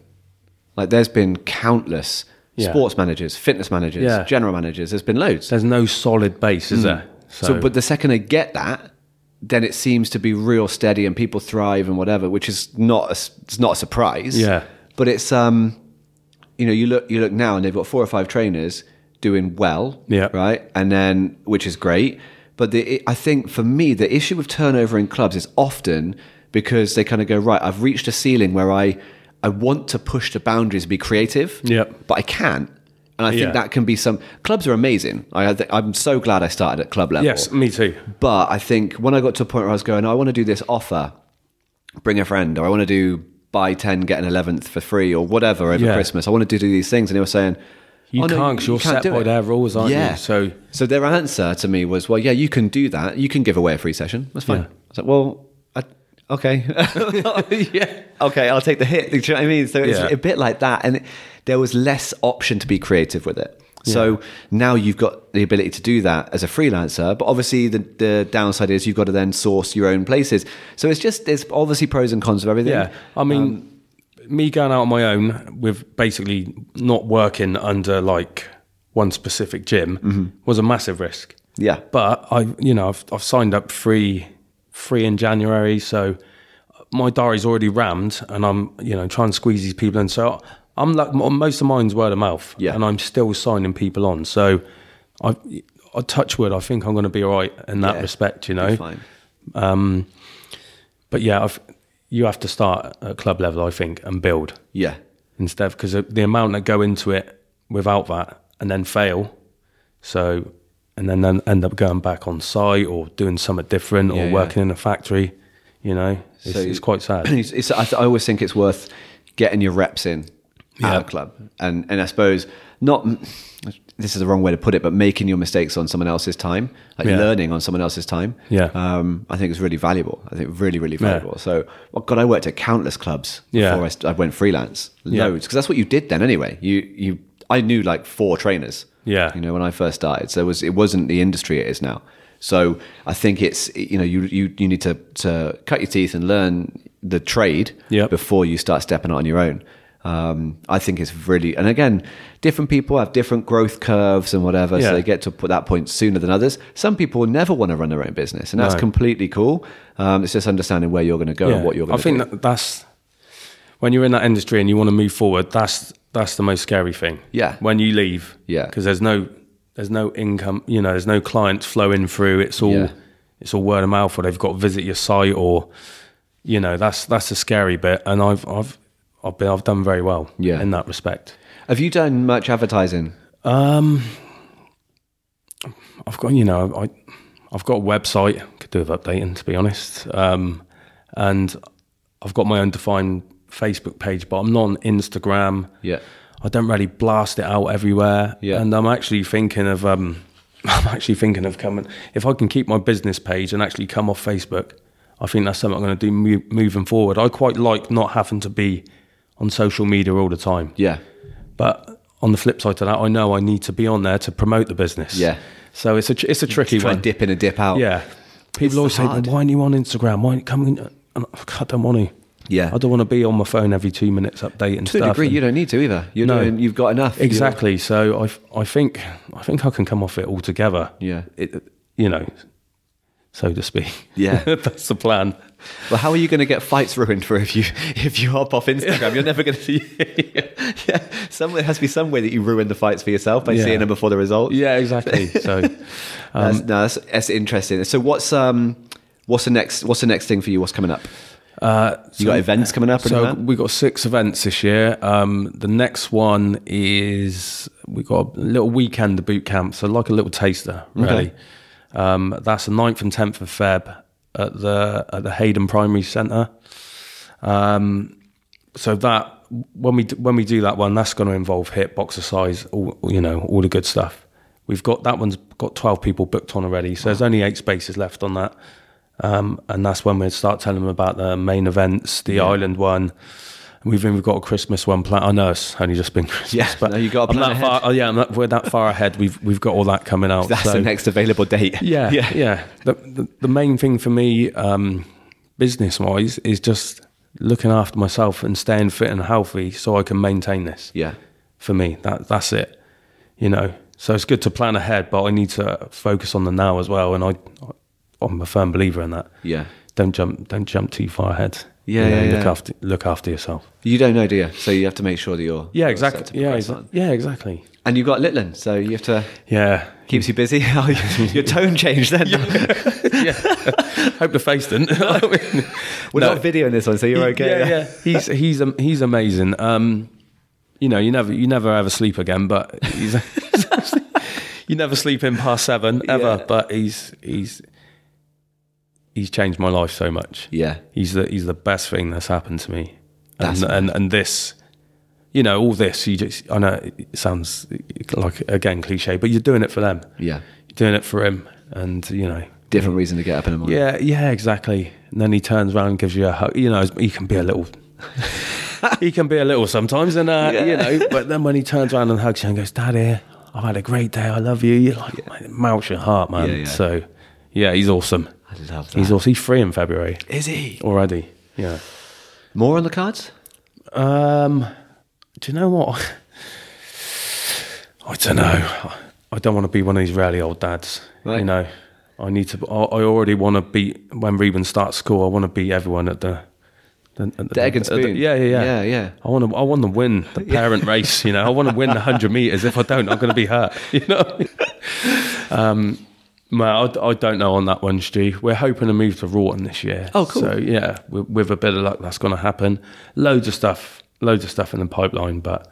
Like there's been countless Yeah. sports managers, fitness managers, Yeah. general managers. There's been loads. there's no solid base is there Mm. So, but the second they get that, then it seems to be real steady and people thrive and whatever, which is not a, s- it's not a surprise. Yeah. But it's um, you know, you look you look now and they've got four or five trainers doing well. Yeah. Right, and then which is great. But the, I think for me, the issue with turnover in clubs is often because they kind of go right. I've reached a ceiling where I I want to push the boundaries, and be creative. Yeah. But I can't. And I think Yeah. that can be some clubs are amazing. I, I'm so glad I started at club level. yes me too But I think when I got to a point where I was going, I want to do this offer, bring a friend, or I want to do buy 10, get an 11th for free, or whatever over Yeah. Christmas. I wanted to do these things. And they were saying, You "Oh, no, can't 'cause you're set do by it." their rules, aren't you? yeah. So- so their answer to me was, well, yeah, you can do that. You can give away a free session. That's fine. Yeah. I was like, well, I, okay. yeah okay, I'll take the hit. Do you know what I mean? So it's Yeah. a bit like that. And it, there was less option to be creative with it. So now you've got the ability to do that as a freelancer. But obviously, the, the downside is you've got to then source your own places. So it's just, there's obviously pros and cons of everything. yeah i mean um, me going out on my own with basically not working under like one specific gym Mm-hmm. was a massive risk Yeah. But I, you know, I've, I've signed up free, free in January, so my diary's already rammed, and I'm, you know, trying to squeeze these people in. So I'm like, m- most of mine's word of mouth, Yeah. and I'm still signing people on. So I, I touch wood. I think I'm going to be all right in that Yeah. respect, you know. Be fine. Um, but yeah, I've, you have to start at club level, I think, and build Yeah. instead because the amount that go into it without that and then fail so and then, then end up going back on site or doing something different Yeah, or yeah. working in a factory you know it's, So- it's quite sad It's- it's- I, th- I always think it's worth getting your reps in Yeah. at a club, and and I suppose not. This is the wrong way to put it, but making your mistakes on someone else's time, like Yeah. learning on someone else's time, Yeah. um, I think is really valuable. I think really, really valuable. So, well, God, I worked at countless clubs Yeah. before I, st- I went freelance, Yeah. loads, because that's what you did then anyway. You you, I knew like four trainers, Yeah. you know, when I first started. So it was it wasn't the industry it is now. So I think it's you know you you, you need to to cut your teeth and learn the trade Yep. before you start stepping out on your own. Um, I think it's really and again, different people have different growth curves and whatever, Yeah. so they get to put that point sooner than others. Some people never want to run their own business, and that's No. completely cool. Um, it's just understanding where you're going to go and what you're going I to do. think that that's when you're in that industry and you want to move forward. That's that's the most scary thing. Yeah. When you leave. Yeah. Because there's no there's no income. You know, there's no clients flowing through. It's all Yeah. it's all word of mouth, or they've got to visit your site, or you know, that's that's the scary bit. And I've I've I've been I've done very well. Yeah. In that respect. have you done much advertising? Um, I've got you know I, I've got a website could do with updating to be honest. Um, and I've got my own defined Facebook page, but I'm not on Instagram. Yeah. I don't really blast it out everywhere. Yeah. and I'm actually thinking of um, I'm actually thinking of coming if I can keep my business page and actually come off Facebook. I think that's something I'm going to do mo- moving forward. I quite like not having to be on social media all the time. Yeah, But on the flip side to that, I know I need to be on there to promote the business. Yeah. So it's a tr- it's a tricky try one. and dip in and dip out. Yeah. It's People always say, hard. "Why aren't you on Instagram? Why aren't you coming?" in?" And I I don't want to. Yeah. I don't want to be on my phone every two minutes updating To a stuff. degree, and- you don't need to either. You're No. doing, you've got enough. You're- exactly. So I I think I think I can come off it altogether. Yeah. It, you know, so to speak. Yeah. that's the plan. Well, how are you going to get fights ruined for if you if you hop off Instagram? You're never going to see. yeah, some, there has to be some way that you ruin the fights for yourself by Yeah. seeing them before the results. Yeah, Um, exactly. So, uh, that's, no, that's, that's interesting. So what's um what's the next what's the next thing for you? What's coming up? uh, You got events coming up? or So anything like we got six events this year. Um, the next one is we got a little weekend of boot camp, so like a little taster, really. Um, that's the 9th and tenth of Feb at the at the Hayden Primary Centre. Um, so that when we d- when we do that one, that's going to involve hip, boxer size, all you know, all the good stuff. We've got that one's got twelve people booked on already, so there's only eight spaces left on that, um, and that's when we start telling them about the main events, the island one. And We've even got a Christmas one planned. I know it's only just been Christmas, Yeah, but no, you gotta I'm plan that ahead. far. Oh yeah, I'm that, we're that far ahead. We've we've got all that coming out. that? That's so- the next available date. yeah, yeah, yeah. The, the, the main thing for me, um, business wise, is just looking after myself and staying fit and healthy so I can maintain this. yeah. For me, that that's it. You know, so it's good to plan ahead, but I need to focus on the now as well. And I, I'm a firm believer in that. Yeah. Don't jump, don't jump too far ahead. Yeah, You know, yeah, Look yeah. after, look after yourself. You don't know, do you? So you have to make sure that you're Yeah, you're set to exactly. Yeah, progress exa- on. yeah, exactly. And you have got Litland, so you have to Yeah. keeps you busy. Oh, Your tone changed then. yeah. Hope the face didn't. We're No. not videoing this one, so you're He- okay. Yeah, yeah. he's he's um, he's amazing. Um, you know, you never you never ever sleep again, but he's you never sleep in past seven ever. Yeah. But he's he's he's changed my life so much. Yeah. He's the he's the best thing that's happened to me, That's and and, and this. You know, all this, you just, I know it sounds like, again, cliche, but you're doing it for them. Yeah. You're doing it for him. And, you know, Different reason to get up in the morning. yeah, yeah, exactly. And then he turns around and gives you a hug. You know, he can be a little. he can be a little sometimes, and uh, Yeah. you know. But then when he turns around and hugs you and goes, "Daddy, I've had a great day. I love you." You're like, "Mate, it melts your heart, man. Yeah, Ah. yeah. So, yeah, he's awesome. I love that. He's also he's free in February Is he? already. Yeah. More on the cards? Um, do you know what? I don't know. I don't want to be one of these really old dads. Right. You know, I need to. I, I already want to beat when Reuben starts school. I want to beat everyone at the. The, at Uh, The egg and at the- spoon. yeah, yeah, yeah, Yeah, yeah. I want to. I want to win the parent race. You know, I want to win the hundred meters. If I don't, I'm going to be hurt. You know. um, man, I, I don't know on that one, Stu. We're hoping to move to Rawton this year. Oh, cool. So yeah, with, with a bit of luck, that's going to happen. Loads of stuff, loads of stuff in the pipeline, but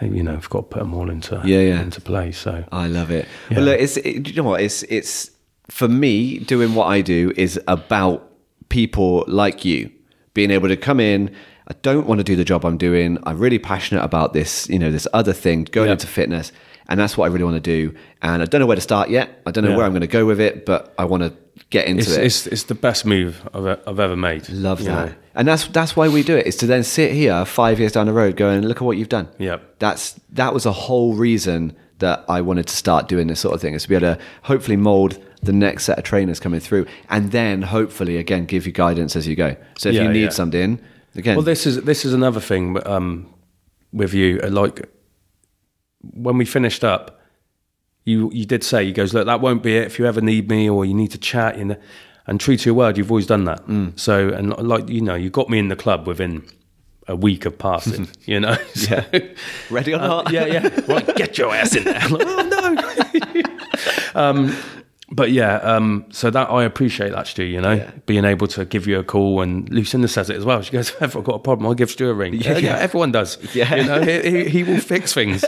you know, I've got to put them all into Yeah, yeah. into play. So I love it. Well, look, it's, it, you know what? It's, it's, for me, doing what I do is about people like you being able to come in. I don't want to do the job I'm doing. I'm really passionate about this, you know, this other thing, going Yeah. into fitness. And that's what I really want to do. And I don't know where to start yet. I don't know Yeah. where I'm going to go with it, but I want to get into it's, it. it's it's the best move I've, e- I've ever made. Love you that. know. And that's that's why we do it is to then sit here five years down the road going, look at what you've done. Yep. That's that was a whole reason that I wanted to start doing this sort of thing is to be able to hopefully mold the next set of trainers coming through and then hopefully again give you guidance as you go. So if Yeah, you need yeah. something, again Well, this is this is another thing um, with you. uh, Like when we finished up, you you did say he goes, look, that won't be it. If you ever need me or you need to chat, you know, and true to your word, you've always done that. So and li- like you know, you got me in the club within a week of passing. you know, yeah, ready or not. Uh, yeah, yeah. Right, get your ass in there. I'm like, oh no. um, but yeah, um, so that I appreciate that, Stu. You know, being able to give you a call, and Lucinda says it as well. She goes, "If I've got a problem, I'll give Stu a ring." Yeah, yeah, yeah. everyone does. Yeah. you know, he, he, he will fix things.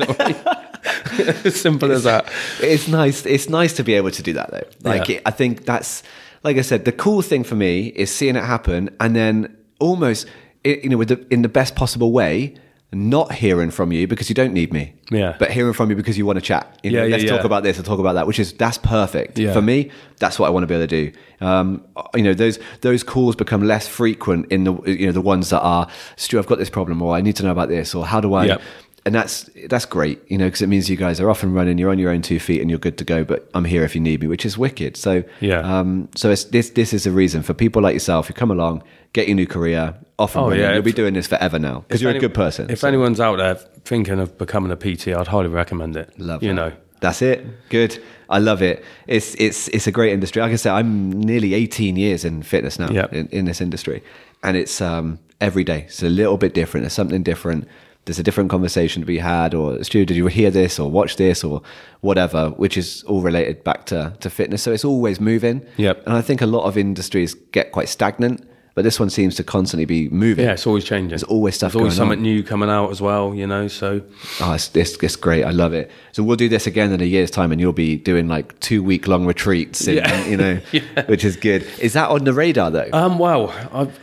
Simple as that. it's nice. It's nice to be able to do that though. Like Yeah. it, I think that's, like I said, the cool thing for me is seeing it happen and then almost, i you know, with the, in the best possible way, not hearing from you because you don't need me. Yeah. But hearing from you because you want to chat. You know, Yeah, yeah, let's talk yeah. about this or talk about that, which is that's perfect Yeah. for me. That's what I want to be able to do. Um, you know, those those calls become less frequent in the you know the ones that are Stu, I've got this problem, or I need to know about this, or how do I? Yep. and that's that's great, you know, because it means you guys are off and running. You're on your own two feet, and you're good to go. But I'm here if you need me, which is wicked. So Yeah. um, so it's, this this is a reason for people like yourself who come along, get your new career, off and Oh, running. yeah, You'll be if- doing this forever now because you're If a any- good person. If so. anyone's out there thinking of becoming a PT, I'd highly recommend it. Love you that. know. That's it. Good. I love it. It's it's it's a great industry. Like I said, I'm nearly 18 years in fitness now Yep. in, in this industry, and it's um, every day. It's a little bit different. There's something different. There's a different conversation to be had, or Stu, did you hear this, or watch this, or whatever, which is all related back to to fitness. So it's always moving. Yep. And I think a lot of industries get quite stagnant, but this one seems to constantly be moving. Yeah, it's always changing. There's always stuff There's always going something on. new coming out as well, you know. So Oh, it's, it's, it's great. I love it. So we'll do this again in a year's time, and you'll be doing like two week long retreats, in, Yeah. you know, which is good. Is that on the radar though? um, well, I've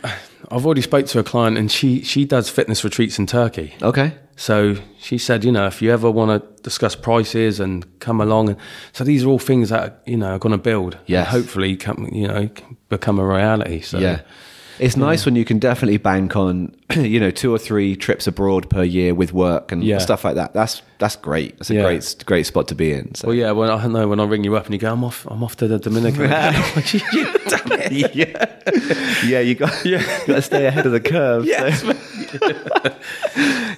I've already spoke to a client and she she does fitness retreats in Turkey. okay. So she said, you know, if you ever want to discuss prices and come along, and so these are all things that you know are going to build. and Yes. hopefully, come you know, can become a reality. So Yeah. It's nice when you can definitely bank on, you know, two or three trips abroad per year with work and Yeah. stuff like that. That's that's great. That's a Yeah. great great spot to be in. So. Well, yeah. When I know when I ring you up and you go, I'm off. I'm off to the Dominican. Damn it. yeah, yeah, you got yeah. got to stay ahead of the curve. Yes, so.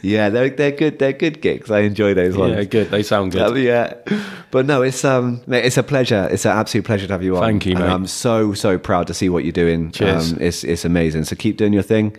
yeah, they're they're good. They're good gigs. I enjoy those ones. Yeah, good. They sound good. Um, yeah, but no, it's um, mate, it's a pleasure. It's an absolute pleasure to have you on. Thank you, And mate. I'm so so proud to see what you're doing. Cheers. Um, it's it's amazing. So keep doing your thing,